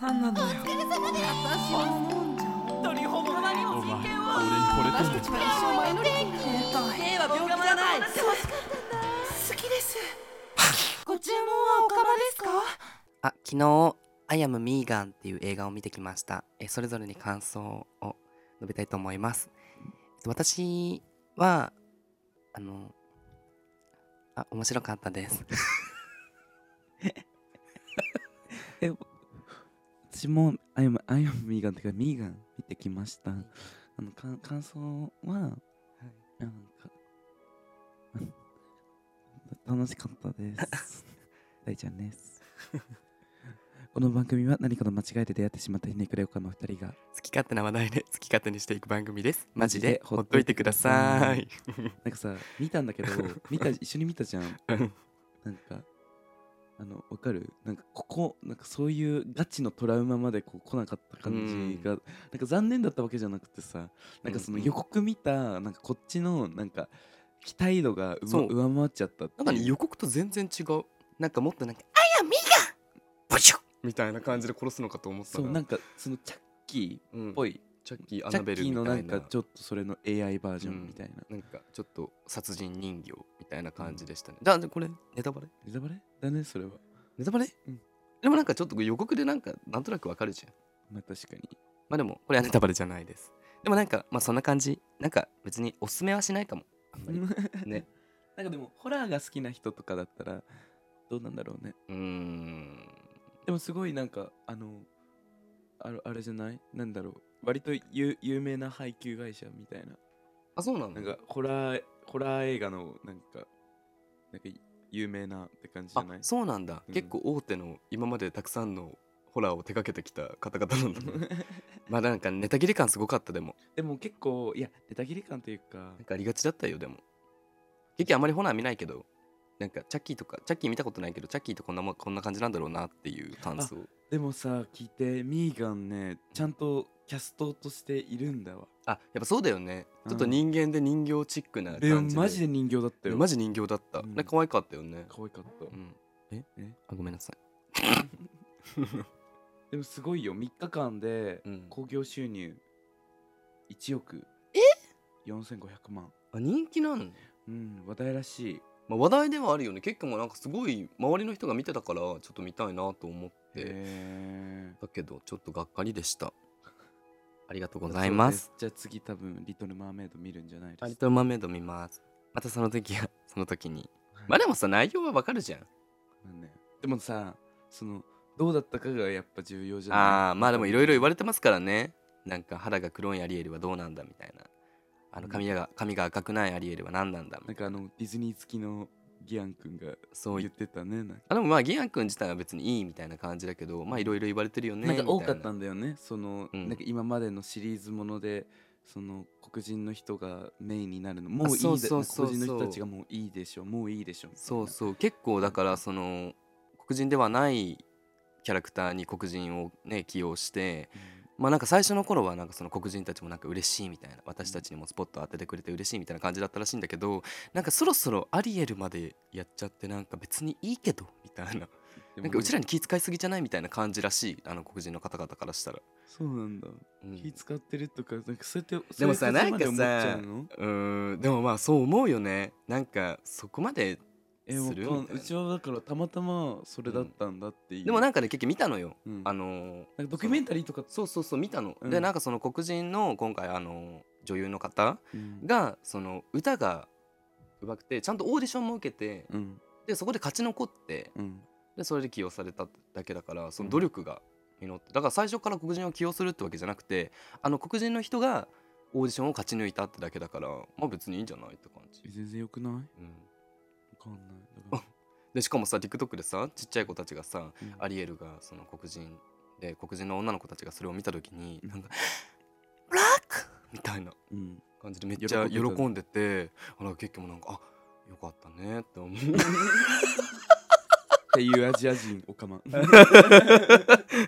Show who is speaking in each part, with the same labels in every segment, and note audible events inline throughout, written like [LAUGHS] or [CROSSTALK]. Speaker 1: 何なのよ私は飲んじゃおう
Speaker 2: 取りほぼにも
Speaker 3: お前
Speaker 2: 人権を
Speaker 3: 俺に惚れてん
Speaker 1: 私
Speaker 3: の
Speaker 1: たちは一生前乗り切れた兵は病気じゃない
Speaker 2: 我慢
Speaker 1: 楽しかったんだ好きですご注文はおかまですか
Speaker 4: あ昨日「I am Megan」っていう映画を見てきましたえそれぞれに感想を述べたいと思いますえっと私はあのあ面白かったです [LAUGHS]
Speaker 3: 私もアイアムアイアムミーガンっていうかミーガン見てきましたあのか感想は、なんか [LAUGHS] あ楽しかったです大ちゃんですこの番組は何かの間違いで出会ってしまったひねくれおかの二人が
Speaker 4: 好き勝手な話題で [LAUGHS] 好き勝手にしていく番組ですマジでほっといてください
Speaker 3: なんかさ見たんだけど見た一緒に見たじゃん
Speaker 4: うん
Speaker 3: なんかあのわかるなんかここなんかそういうガチのトラウマまでこう来なかった感じが、なんか残念だったわけじゃなくてさなんかその
Speaker 4: うんうん
Speaker 3: 予告見たなんかこっちのなんか期待度がうま
Speaker 4: そう
Speaker 3: 上回っちゃったってい
Speaker 4: [LAUGHS] な
Speaker 3: うん
Speaker 4: かね予告と全然違うなんかもっとなんか「I am Megan」ブシュッみたいな感じで殺すのかと思った
Speaker 3: そ
Speaker 4: ら
Speaker 3: うなん
Speaker 4: か
Speaker 3: かそのチャッキーっ
Speaker 4: っ
Speaker 3: ぽ
Speaker 4: い
Speaker 3: い、
Speaker 4: チャッキーア
Speaker 3: チャ
Speaker 4: ナ
Speaker 3: ッ
Speaker 4: ベ
Speaker 3: キ
Speaker 4: ルみ
Speaker 3: ーのな
Speaker 4: たい
Speaker 3: んか
Speaker 4: な
Speaker 3: ちょっとそれの AI バージョ
Speaker 4: うん
Speaker 3: ンみたいな、
Speaker 4: なんかちょっと殺人人形みたいな感じでしたね。じゃあこれネタバレ
Speaker 3: ネタバレだねそれは
Speaker 4: ネタバレ、
Speaker 3: うん
Speaker 4: でもなんかちょっと予告でなんかなんとなくわかるじゃん。
Speaker 3: まあ確かに
Speaker 4: まあでもこれはネタバレじゃないです。でもなんかまあそんな感じ。なんか別におすすめはしないかも。あんまりね。
Speaker 3: [LAUGHS] なんかでもホラーが好きな人とかだったらどうなんだろうね
Speaker 4: うーん。
Speaker 3: でもすごいなんかあのあれあれじゃないなんだろう割と有有名な配給会社みたいな
Speaker 4: あ、そうなん
Speaker 3: な
Speaker 4: だ。
Speaker 3: んかホラーホラー映画のなんかなんか有名なって感じじゃ
Speaker 4: あ
Speaker 3: ない
Speaker 4: そうなんだ、
Speaker 3: うん
Speaker 4: 結構大手の今までたくさんのホラーを手掛けてきた方々なんだ
Speaker 3: [LAUGHS]
Speaker 4: ね。まあなんかネタ切れ感すごかったでも。
Speaker 3: [LAUGHS] でも結構いやネタ切れ感というか
Speaker 4: なんかありがちだったよでも。結局あまりホラー見ないけど。なんかチャッキーとかチャッキー見たことないけどチャッキーとこんなもんこんな感じなんだろうなっていう感想
Speaker 3: でもさ聞いてミーガンねちゃんとキャストとしているんだわ
Speaker 4: あやっぱそうだよね
Speaker 3: うん
Speaker 4: ちょっと人間で人形チックな
Speaker 3: でも
Speaker 4: 感じで
Speaker 3: マジで人形だった
Speaker 4: で
Speaker 3: よ
Speaker 4: マ
Speaker 3: ジ
Speaker 4: ジ人形だった、
Speaker 3: うん
Speaker 4: ね可愛かったよね、
Speaker 3: 可愛かった、
Speaker 4: うん、え
Speaker 3: え
Speaker 4: あごめんなさい
Speaker 3: でもすごいよ3日間で
Speaker 4: うん
Speaker 3: 興行収入1億え4500万
Speaker 4: あ人気なんだ、
Speaker 3: うん話題らしい
Speaker 4: まあ、話題ではあるよね結構もうなんかすごい周りの人が見てたからちょっと見たいなと思って
Speaker 3: へ
Speaker 4: だけどちょっとがっかり
Speaker 3: [LAUGHS]
Speaker 4: でしたありがとうございます
Speaker 3: じゃあ次多分「リトル・マーメイド」見るんじゃない
Speaker 4: あ
Speaker 3: で
Speaker 4: リ
Speaker 3: すか
Speaker 4: トルマーメイド見ますまたその時は [LAUGHS] その時にまあでもさ内容はわかるじゃん
Speaker 3: ねでもさそのどうだったかがやっぱ重要じゃない
Speaker 4: ああまあでもいろいろ言わ
Speaker 3: れ
Speaker 4: れてますからねなんか肌が黒いアリエルはどうなんだみたいなあの髪が髪が赤くないアリエルは何なんだみた
Speaker 3: ないんかあのディズニー好きのギアン君が
Speaker 4: なそうい
Speaker 3: 言っ
Speaker 4: う
Speaker 3: てたねなんか
Speaker 4: あでもまあギアン君自体は別にいいみたいな感じだけどまあいろいろ言われてるよね
Speaker 3: なんか多
Speaker 4: みい
Speaker 3: かったんだよねその、
Speaker 4: うん
Speaker 3: なんか今までのシリーズものでその黒人の人がメインになるのもういいで
Speaker 4: そうそうそうそ
Speaker 3: 黒
Speaker 4: う
Speaker 3: 人の人たちがもういいでしょもういいでしょみたいな
Speaker 4: そうそう結構だからその黒人ではないキャラクターに黒人をね起用してまあなんか最初の頃はなんかその黒人たちもなんか嬉しいみたいな私たちにもスポット当ててくれて嬉しいみたいな感じだったらしいんだけどなんかそろそろアリエルまでやっちゃってなんか別にいいけどみたいな
Speaker 3: うん、
Speaker 4: なんかうちらに気遣いすぎじゃないみたいな感じらしいあの黒人の方々からしたら、
Speaker 3: そうなんだ、
Speaker 4: うん
Speaker 3: 気使ってるとかなんかそうやって
Speaker 4: でもさ
Speaker 3: そういう立場で思
Speaker 4: なんかさ
Speaker 3: っちゃうの
Speaker 4: うーんでもまあそう思うよねなんかそこまで
Speaker 3: え
Speaker 4: する
Speaker 3: わかん
Speaker 4: みたいな
Speaker 3: うちはだからたまたまそれだったんだっていう、
Speaker 4: でもなん
Speaker 3: か,、
Speaker 4: かね結局見たのよ、
Speaker 3: うん、
Speaker 4: あのー
Speaker 3: なんかドキュメンタリーとか、
Speaker 4: そうそうそう見たの、
Speaker 3: うん
Speaker 4: でなんかその黒人の今回あの女優の方
Speaker 3: うん
Speaker 4: がその歌がうまくてちゃんとオーディションも受けて
Speaker 3: うん
Speaker 4: でそこで勝ち残って
Speaker 3: うん
Speaker 4: でそれで起用されただけだからその
Speaker 3: うん
Speaker 4: 努力が実ってだから最初から黒人を起用するってわけじゃなくてあの黒人の人がオーディションを勝ち抜いたってだけだからまあ別にいいんじゃないって感じ
Speaker 3: え、全然よくないわ
Speaker 4: うん、
Speaker 3: かんないだから
Speaker 4: でしかもさ TikTok でさちっちゃい子たちがさ
Speaker 3: うん
Speaker 4: アリエルがその黒人で黒人の女の子たちがそれを見た時になんか「ブラック!」みたいな
Speaker 3: うん
Speaker 4: 感じでめっちゃ喜
Speaker 3: 喜んでた
Speaker 4: んでてあら結局なんかあよかったねって思う
Speaker 3: っていうアジア人お
Speaker 4: [LAUGHS]
Speaker 3: かま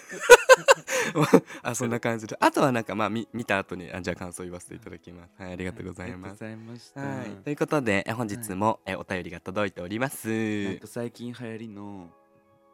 Speaker 4: [LAUGHS] あそんな感じであとはなんかまあ見見た後にあじゃあ感想言わせていただきますはいありがとうございます
Speaker 3: ありがとうございました、
Speaker 4: はいということでえ本日もえお便りが届いておりま
Speaker 3: なん
Speaker 4: す
Speaker 3: か最近流行りの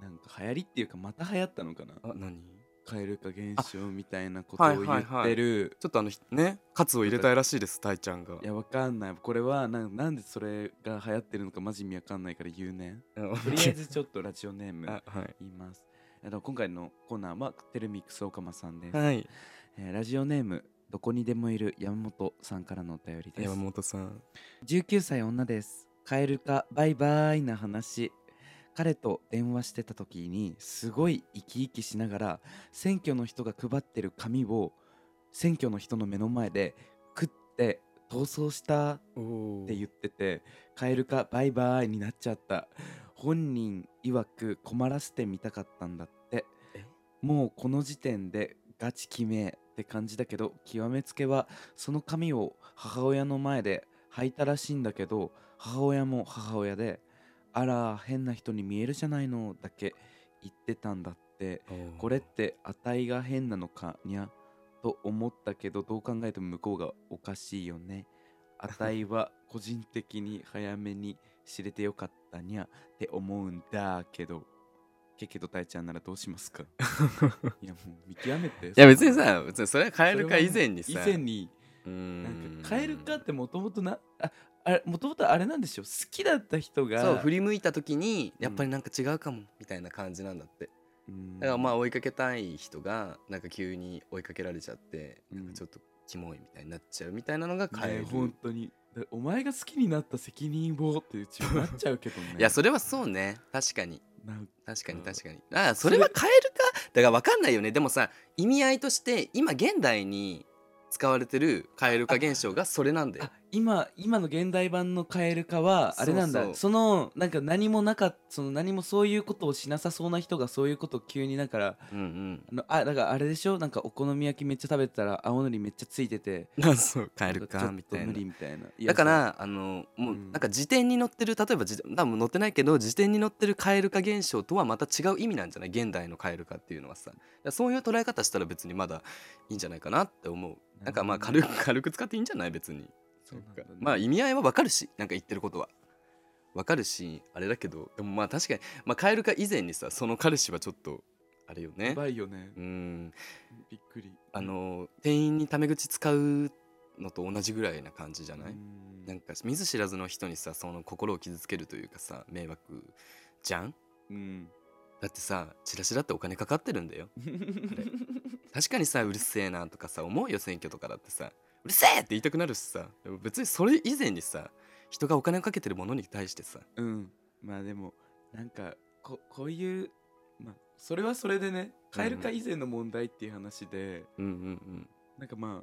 Speaker 3: なんか流行りっていうかまた流行ったのかな
Speaker 4: あ何
Speaker 3: 蛙化現象みたいなことを
Speaker 4: はい
Speaker 3: 言
Speaker 4: はい
Speaker 3: っ
Speaker 4: はい
Speaker 3: てる
Speaker 4: ちょっとあのひねカツを入れたいらしいですたいちゃんが
Speaker 3: い
Speaker 4: [LAUGHS]
Speaker 3: やわかんないこれはなんなんでそれが流行ってるのかマジ意味わかんないから言うね
Speaker 4: うん
Speaker 3: とりあえずちょっとラジオネーム
Speaker 4: あはい
Speaker 3: 言いますえっと今回のコーナーはテルミックスオカマさんです、
Speaker 4: はい
Speaker 3: えーラジオネームどこにでもいる山本さんからのお便りです
Speaker 4: 山本さん
Speaker 3: 19歳女です蛙化バイバイな話彼と電話してた時にすごい生き生きしながら選挙の人が配ってる紙を選挙の人の目の前で食って逃走した
Speaker 4: お
Speaker 3: って言ってて「蛙化バイバイ」になっちゃった本人曰く困らせてみたかったんだって
Speaker 4: え
Speaker 3: もうこの時点でガチ決めって感じだけど極めつけはその髪を母親の前で履いたらしいんだけど母親も母親で「あら変な人に見えるじゃないの」だけ言ってたんだってこれって値が変なのかにゃと思ったけどどう考えても向こうがおかしいよ
Speaker 4: [LAUGHS]
Speaker 3: ね値は個人的に早めに知れてよかったにゃって思うんだけどけけどたいちゃんならどうします
Speaker 4: [LAUGHS]
Speaker 3: かいやもう見極めてい
Speaker 4: いや別にさ別にそれはカエル化以前にさ
Speaker 3: 以前に
Speaker 4: うん
Speaker 3: なんかカエル化ってもともとなああれもともとあれなんでしょ好きだった人が
Speaker 4: そう振り向いた時に
Speaker 3: うん
Speaker 4: やっぱりなんか違うかもみたいな感じなんだって
Speaker 3: うん
Speaker 4: だからまあ追いかけたい人がなんか急に追いかけられちゃってなんかちょっとキモいみたいになっちゃうみたいなのがカエ
Speaker 3: ね
Speaker 4: ル
Speaker 3: 本当にだお前が好きになった責任をっていう自分になっちゃうけどね
Speaker 4: [LAUGHS] いやそれはそうね確かに
Speaker 3: なん
Speaker 4: 確かに
Speaker 3: うん
Speaker 4: 確かにああそれはカエル化だから分かんないよねでもさ意味合いとして今現代に使われてるカエル化現象がそれなんだよ
Speaker 3: あ今今の現代版のカエル化はあれなんだ
Speaker 4: そ
Speaker 3: そう
Speaker 4: そう
Speaker 3: のなんか何もなかっその何もそういうことをしなさそうな人がそういうことを急にだから
Speaker 4: うん
Speaker 3: あのあだからあれでしょなんかお好み焼きめっちゃ食べてたら青のりめっちゃついてて
Speaker 4: うんそうカエル
Speaker 3: ちょ
Speaker 4: 化
Speaker 3: っ
Speaker 4: み
Speaker 3: と
Speaker 4: たい
Speaker 3: 無
Speaker 4: な
Speaker 3: 理みたいないや
Speaker 4: だからあのもう
Speaker 3: うん
Speaker 4: なんか辞典に載ってる例えば辞多分載ってないけど辞典に載ってる蛙化現象とはまた違う意味なんじゃない現代の蛙化っていうのはさだからそういう捉え方したら別にまだいいんじゃないかなって思うなんかまあ
Speaker 3: なる
Speaker 4: 軽く軽く使っていいんじゃない別に
Speaker 3: そうなんだね
Speaker 4: まあ意味合いはわかるしなんか言ってることはわかるしあれだけどでもまあ確かに、まあ、蛙化以前にさその彼氏はちょっとあれよ
Speaker 3: や
Speaker 4: ね
Speaker 3: ばいよね
Speaker 4: うん
Speaker 3: びっくり
Speaker 4: あの店員にタメ口使うのと同じぐらいな感じじゃない、
Speaker 3: うん
Speaker 4: なんか見ず知らずの人にさその心を傷つけるというかさ迷惑じゃん
Speaker 3: うん
Speaker 4: だってさチラシだってお金かかってるんだよ確かにさうるせえなとかさ思うよ選挙とかだってさうるせえって言いたくなるしさでも別にそれ以前にさ人がお金をかけてるものに対してさ
Speaker 3: うんまあでもなんかここういうまあそれはそれでね蛙化以前の問題っていう話で、
Speaker 4: うんうん
Speaker 3: なんかまあ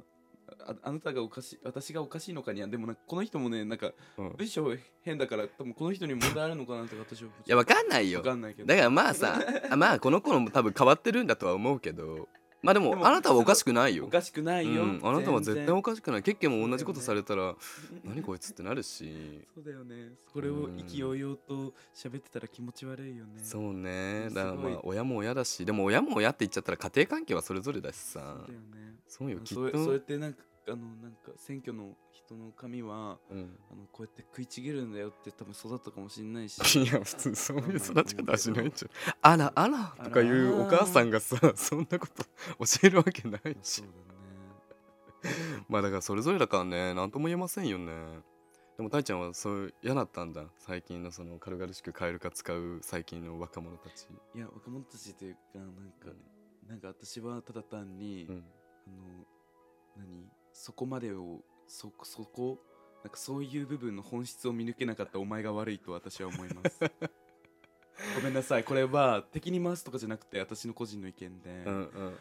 Speaker 3: ああなたがおかしい私がおかしいのかにゃでもなんかこの人もねなんか
Speaker 4: うん、うん、い
Speaker 3: 文章変だから多分この人に問題あるのかなとか私は
Speaker 4: やわかんないよ
Speaker 3: わかんないけど
Speaker 4: だからまあさあまあこの子も多分変わってるんだとは思うけどまあでも
Speaker 3: でも
Speaker 4: あなたはおかしくないよ
Speaker 3: おかしくないよ、
Speaker 4: うん、あなたは絶対お
Speaker 3: 全
Speaker 4: かしくないケッケも同じこと
Speaker 3: そ
Speaker 4: さ
Speaker 3: う
Speaker 4: れたら、
Speaker 3: 然
Speaker 4: 何こいつってなるし
Speaker 3: そうだよねこれを意気揚々と喋ってたら気持ち悪いよね
Speaker 4: そうね
Speaker 3: す
Speaker 4: だから
Speaker 3: ごい
Speaker 4: まあ親も親だしでも親も親って言っちゃったら家庭関係はそれぞれだし
Speaker 3: そう
Speaker 4: さ
Speaker 3: だよね
Speaker 4: そうよきっ
Speaker 3: そうそうやっ
Speaker 4: と
Speaker 3: てなんかあのなんか選挙の人の髪は
Speaker 4: うん
Speaker 3: あのこうやって食いちぎるんだよって多分育ったかもしれない
Speaker 4: [LAUGHS]
Speaker 3: し
Speaker 4: いや普通そういう育ち方はしないんじゃんあらあらとかいうお母さんがさそんなこと教えるわけない
Speaker 3: そ
Speaker 4: し
Speaker 3: うだね
Speaker 4: まあだからそれぞれだからね何とも言えませんよねでもたいちゃんはそういう嫌だったんだ最近のその軽々しく変えるか使う最近の若者たち、
Speaker 3: いや若者たちというかなんか、なんか私はただ単に、
Speaker 4: うん、
Speaker 3: あの何そこまでをそそこなんかそういう部分の本質を見抜けなかったお前が悪いと私は思います
Speaker 4: [LAUGHS]
Speaker 3: ごめんなさいこれは敵に回すとかじゃなくて私の個人の意見で、
Speaker 4: うんうんうん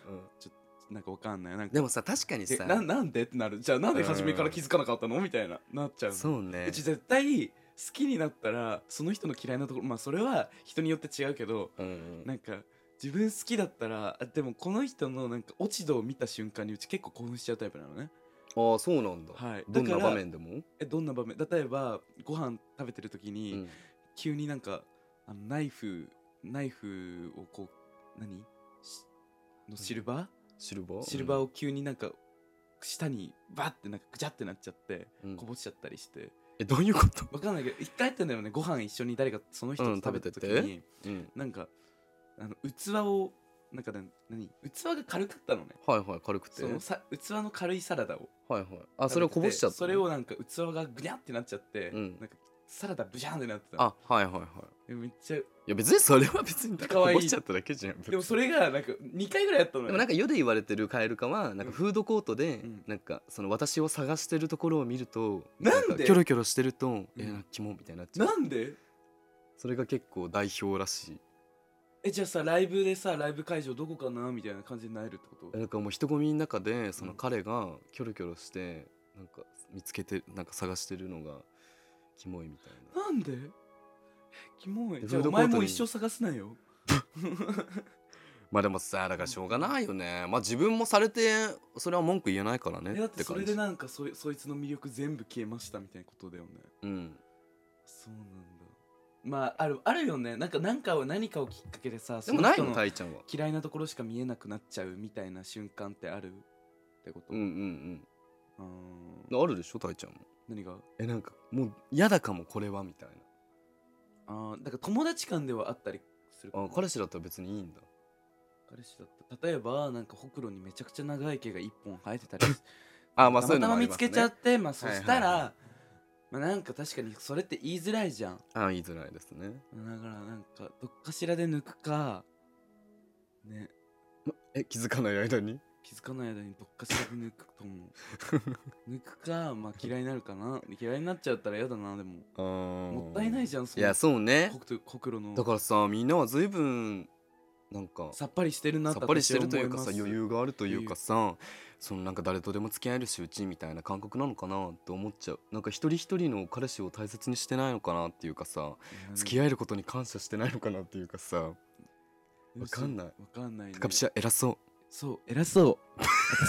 Speaker 3: なんかわかんないなんか
Speaker 4: でもさ確かに
Speaker 3: え
Speaker 4: さ
Speaker 3: ななんでってなるじゃあなんで初めから気づかなかったのみたいななっちゃうの
Speaker 4: そうね
Speaker 3: うち絶対好きになったらその人の嫌いなところまあそれは人によって違うけど
Speaker 4: うんうん
Speaker 3: なんか自分好きだったらあでもこの人のなんか落ち度を見た瞬間にうち結構興奮しちゃうタイプなのね
Speaker 4: ああそうなんだ、
Speaker 3: はい
Speaker 4: どんな
Speaker 3: だから
Speaker 4: 場面でも、
Speaker 3: えどんな場面例えばご飯食べてる時に、
Speaker 4: うん
Speaker 3: 急になんかあのナイフナイフをこう何しのシルバ
Speaker 4: シルバ
Speaker 3: ー、
Speaker 4: ー
Speaker 3: シルバーを急になんか下にバッてなんかぐちゃってなっちゃって
Speaker 4: うん
Speaker 3: こぼしちゃったりして、
Speaker 4: えどういうこと、
Speaker 3: わかんないけど一回やったんだよねご飯一緒に誰かその人
Speaker 4: う
Speaker 3: と
Speaker 4: ん
Speaker 3: 食べた時
Speaker 4: 食べてて
Speaker 3: に、なんかあの器をなんかね何器が軽かったのね
Speaker 2: はいはい軽くて
Speaker 3: そのさ器の軽いサラダを
Speaker 2: はいはいあそれをこぼしちゃった
Speaker 3: それをなんか器がぐにゃってなっちゃって、
Speaker 2: うん
Speaker 3: なんかサラダブシャンってなってたの
Speaker 2: あはいはいはい
Speaker 3: でめっちゃ
Speaker 2: いや別にそれは別に
Speaker 3: 可愛い
Speaker 2: こぼしちゃっただけじゃん
Speaker 3: でもそれがなんか2回ぐらいやったのよ
Speaker 2: でもなんか世で言われてるカエルカはなんかフードコートで
Speaker 3: うん
Speaker 2: なんかその私を探してるところを見ると
Speaker 3: なんで
Speaker 2: かキョロキョロしてるとえなんかキモみたいになっちゃう
Speaker 3: なんで
Speaker 2: それが結構代表らしい
Speaker 3: えじゃあさライブでさライブ会場どこかなみたいな感じになえるってこ
Speaker 2: え
Speaker 3: と
Speaker 2: なんかもう人混みの中でその
Speaker 3: うん
Speaker 2: 彼がキョロキョロしてなんか見つけてなんか探してるのがキモいみたいな
Speaker 3: なんでキモい
Speaker 2: で
Speaker 3: じゃあ
Speaker 2: フード
Speaker 3: お
Speaker 2: コート
Speaker 3: 前
Speaker 2: に
Speaker 3: もう一生探すなよ
Speaker 2: まあでもさだからしょうがないよねまあ自分もされてそれは文句言えないからね
Speaker 3: えだ
Speaker 2: っ
Speaker 3: って
Speaker 2: て
Speaker 3: そ
Speaker 2: 感
Speaker 3: れ
Speaker 2: じ
Speaker 3: でなんかそいそいつの魅力全部消えましたみたいなことだよね
Speaker 2: うん
Speaker 3: そうなんだまああるあるよねなんか何かを何かをきっかけでさ
Speaker 2: でもない
Speaker 3: そ
Speaker 2: の
Speaker 3: 人
Speaker 2: たいちゃんは
Speaker 3: 嫌いなところしか見えなくなっちゃうみたいな瞬間ってあるってこと
Speaker 2: うんうん
Speaker 3: うー
Speaker 2: うん
Speaker 3: ん
Speaker 2: あるでしょたいちゃんも
Speaker 3: 何が
Speaker 2: えなんかもう嫌だかもこれはみたい
Speaker 3: あーだから友達間ではあったりするか
Speaker 2: なあ
Speaker 3: も
Speaker 2: 彼氏だったら別にいいんだ
Speaker 3: 彼氏だった例えばなんかほくろにめちゃくちゃ長い毛が一本生えてたりし
Speaker 2: [LAUGHS] あまあ
Speaker 3: た
Speaker 2: そうい
Speaker 3: ま
Speaker 2: うのも
Speaker 3: たま
Speaker 2: あり
Speaker 3: 見
Speaker 2: ま
Speaker 3: つ
Speaker 2: すね
Speaker 3: けちゃってまあそした
Speaker 2: はいはいは
Speaker 3: らまあなんか確かにそれって言いづらいじゃん
Speaker 2: あ言いづらいですね
Speaker 3: だからなんかどっかしらで抜くかね
Speaker 2: え気づかない間に
Speaker 3: 気づかない間にどっかしらで抜くと思
Speaker 2: [LAUGHS]
Speaker 3: う抜くかまあ嫌いになるかな嫌いになっちゃったら嫌だなでも
Speaker 2: あも
Speaker 3: もったいない
Speaker 2: じ
Speaker 3: じゃんそ
Speaker 2: いやそうね
Speaker 3: ほくとほくろの
Speaker 2: だからさみんなは随分なんか
Speaker 3: さっぱりしてるな
Speaker 2: さっぱりしてるというかさ
Speaker 3: 私
Speaker 2: 余
Speaker 3: は思ます
Speaker 2: 裕があるというかさそのなんか誰とでも付き合えるしうちみたいな感覚なのかなと思っちゃうなんか一人一人の彼氏を大切にしてないのかなっていうかさ付き合えることに感謝してないのかなっていうかさ
Speaker 3: いや
Speaker 2: わかんない
Speaker 3: わかんない、ね、
Speaker 2: 高ピシャ偉そ
Speaker 3: そう偉そう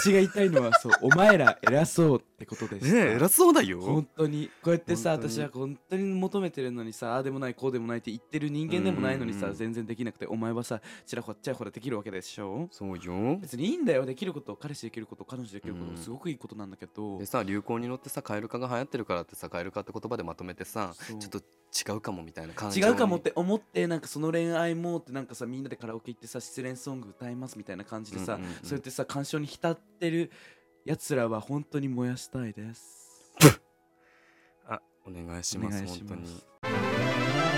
Speaker 3: 私が言いたいのはそうお前ら偉そうってことで
Speaker 2: う
Speaker 3: す
Speaker 2: ねえ偉そうだよ
Speaker 3: 本当にこうやってさ
Speaker 2: 本当に
Speaker 3: 私は本当に求めてるのにさああでもないこうでもないって言ってる人間でもないのに
Speaker 2: うんうん
Speaker 3: さ
Speaker 2: うん
Speaker 3: 全然できなくてお前はさちらほらちらほらできるわけでしょ
Speaker 2: そうよ
Speaker 3: 別にいいんだよできること彼氏できること彼女できるこ
Speaker 2: うん
Speaker 3: とすごくいいことなんだけど
Speaker 2: でさ流行に乗ってさカエル化が流行ってるからってさカエル化って言葉でまとめてさ
Speaker 3: そう
Speaker 2: ちょっと違うかもみたいな感じ
Speaker 3: 違うかもって思ってなんかその恋愛もってなんかさみんなでカラオケ行ってさ失恋ソング歌いますみたいな感じでさ、
Speaker 2: うんうんうん
Speaker 3: そうやってさ感傷に浸ってるやつらは本当に燃やしたいです
Speaker 2: あお願いします
Speaker 3: お願いし
Speaker 2: 本
Speaker 3: ます
Speaker 2: 当に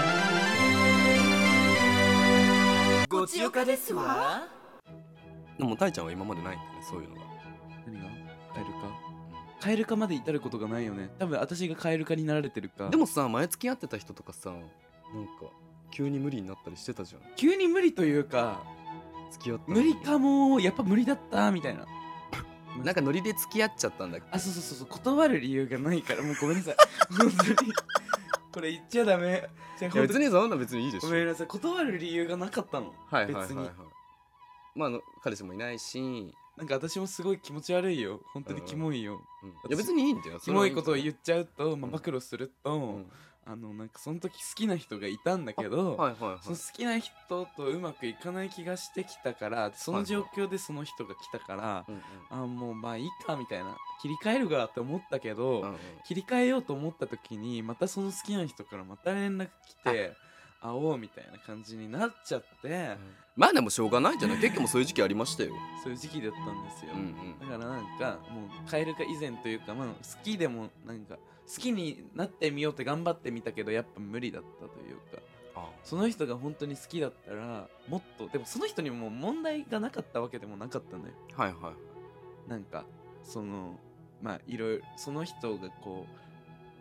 Speaker 1: ごちよかですわ
Speaker 2: でもたいちゃんは今までないんだねそういうのが
Speaker 3: 何がカエル化カエル化まで至ることがないよね多分私がカエル化になられてるか
Speaker 2: でもさ前付き合ってた人とかさなんか急に無理になったりしてたじゃん
Speaker 3: 急に無理というか
Speaker 2: 付き合ったの
Speaker 3: 無
Speaker 2: に
Speaker 3: 理かもやっぱ無理だったみたいな
Speaker 2: なんかノリで付き合っちゃったんだっけ
Speaker 3: あそうそうそうそう断る理由がないからもうごめんな [LAUGHS] さい本当にこれ言っちゃダメじゃあ
Speaker 2: いや
Speaker 3: 本当
Speaker 2: 別
Speaker 3: に
Speaker 2: にそんな別にいいでし
Speaker 3: ご
Speaker 2: ょ
Speaker 3: めんなさい断る理由がなかったの
Speaker 2: はいはいはい、
Speaker 3: 別
Speaker 2: は
Speaker 3: に
Speaker 2: い、まああの彼氏もいないし、うん、い
Speaker 3: なんか私もすごい気持ち悪いよ本当に
Speaker 2: うん
Speaker 3: キモいよ、
Speaker 2: や別にいいんだよ
Speaker 3: キモいことを
Speaker 2: う
Speaker 3: 言っちゃうと、ま
Speaker 2: う
Speaker 3: あ、
Speaker 2: ん
Speaker 3: 暴露すると、あのなんかその時好きな人がいたんだけど、
Speaker 2: はいはいはい
Speaker 3: その好きな人とうまくいかない気がしてきたからその状況でその人が来たから、
Speaker 2: うんうん
Speaker 3: あもうまあいいかみたいな切り替えるかって思ったけど、
Speaker 2: うんうん
Speaker 3: 切り替えようと思った時にまたその好きな人からまた連絡来て会おうみたいな感じになっちゃって、
Speaker 2: まあでもしょうがないんじゃない結局もそういう時期ありましたよ、
Speaker 3: そういう時期だったんですよ、
Speaker 2: うんうん
Speaker 3: だからなんかもうカエル化以前というか、まあ、好きでもなんか好きになってみようって頑張ってみたけどやっぱ無理だったというか
Speaker 2: あ
Speaker 3: その人が本当に好きだったらもっとでもその人にも問題がなかったわけでもなかったのよ
Speaker 2: はいはい
Speaker 3: なんかそのまあいろいろその人がこ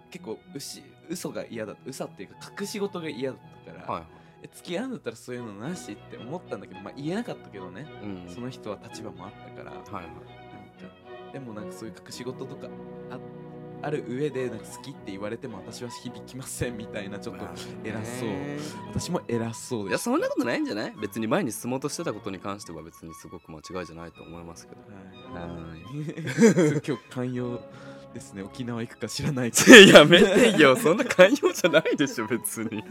Speaker 3: う結構うし嘘が嫌だ嘘っていうか隠し事が嫌だったから、
Speaker 2: は
Speaker 3: え付き合うんだったらそういうのなしって思ったんだけどまあ言えなかったけどね、
Speaker 2: いはいうん
Speaker 3: その人は立場もあったから、
Speaker 2: はいはい
Speaker 3: なんかでもなんかそういう隠し事とかあある上でなんか好きって言われても私は響きませんみたいなちょっと
Speaker 2: まあ
Speaker 3: 偉そう
Speaker 2: ね
Speaker 3: 私も偉そ
Speaker 2: い
Speaker 3: うで
Speaker 2: や
Speaker 3: す
Speaker 2: そんなことないんじゃない別に前に進もうとしてたことに関しては別にすごく間違いじゃないと思いますけど
Speaker 3: は
Speaker 2: はいい
Speaker 3: 今日寛容ですね沖縄行くか知ら [LAUGHS] ないけど
Speaker 2: [LAUGHS] やめてよ [LAUGHS] そんな寛容じゃないでしょ別に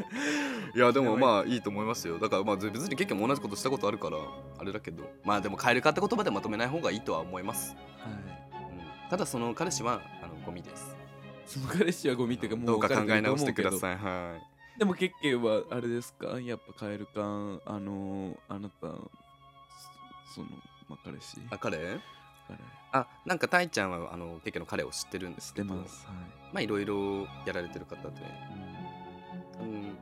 Speaker 2: いやでもまあいいと思いますよだからまあ別に結局同じことしたことあるからあれだけどまあでも「ル化って言葉でまとめない方がいいとは思います、
Speaker 3: はい
Speaker 2: うんただその彼氏はあのゴミです
Speaker 3: その彼氏はゴミっていうかもう
Speaker 2: どうか考
Speaker 3: 別
Speaker 2: え
Speaker 3: れると
Speaker 2: 直
Speaker 3: 思
Speaker 2: し
Speaker 3: う
Speaker 2: て
Speaker 3: け
Speaker 2: くだ
Speaker 3: ど
Speaker 2: さいはい
Speaker 3: でも結構はあれですかやっぱカエルかあのーあなたその、まあ、彼氏
Speaker 2: あ彼
Speaker 3: 彼
Speaker 2: あなんかたいちゃんはあのケケの彼を知ってるんです
Speaker 3: し
Speaker 2: け
Speaker 3: て
Speaker 2: ど
Speaker 3: ますはい、
Speaker 2: まあいろいろやられてる方で、うん、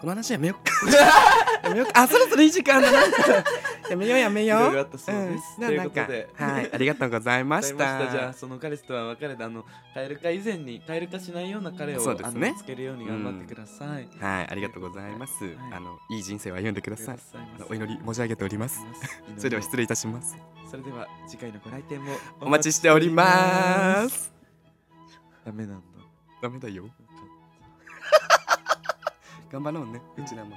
Speaker 2: この話やめよっか
Speaker 3: [LAUGHS]
Speaker 2: やめよっかあそろそろいい時間だな [LAUGHS] やめようやめ
Speaker 3: い
Speaker 2: よ
Speaker 3: ろいろあ
Speaker 2: う
Speaker 3: ったそうです、
Speaker 2: うん、
Speaker 3: とい
Speaker 2: な
Speaker 3: う
Speaker 2: ん
Speaker 3: こと
Speaker 2: か
Speaker 3: で
Speaker 2: はいありがとうございま
Speaker 3: わかり
Speaker 2: し
Speaker 3: ました
Speaker 2: た
Speaker 3: じゃあその彼氏とは別れてあの蛙化以前に蛙化しないような彼を
Speaker 2: そうですね
Speaker 3: あの見つけるように頑張ってください、
Speaker 2: はいありがとうございます、
Speaker 3: はい
Speaker 2: あのいい人生を歩んでくださいあのお祈り申し上げておりますそ
Speaker 3: そ
Speaker 2: れ
Speaker 3: れ
Speaker 2: で
Speaker 3: で
Speaker 2: は
Speaker 3: は
Speaker 2: 失礼いたします
Speaker 3: それでは次回のご来店も
Speaker 2: お待ちしておりま
Speaker 3: お待ちし
Speaker 2: す
Speaker 3: ておりますダメなんだ
Speaker 2: ダメだよ頑張ろうねうちらもね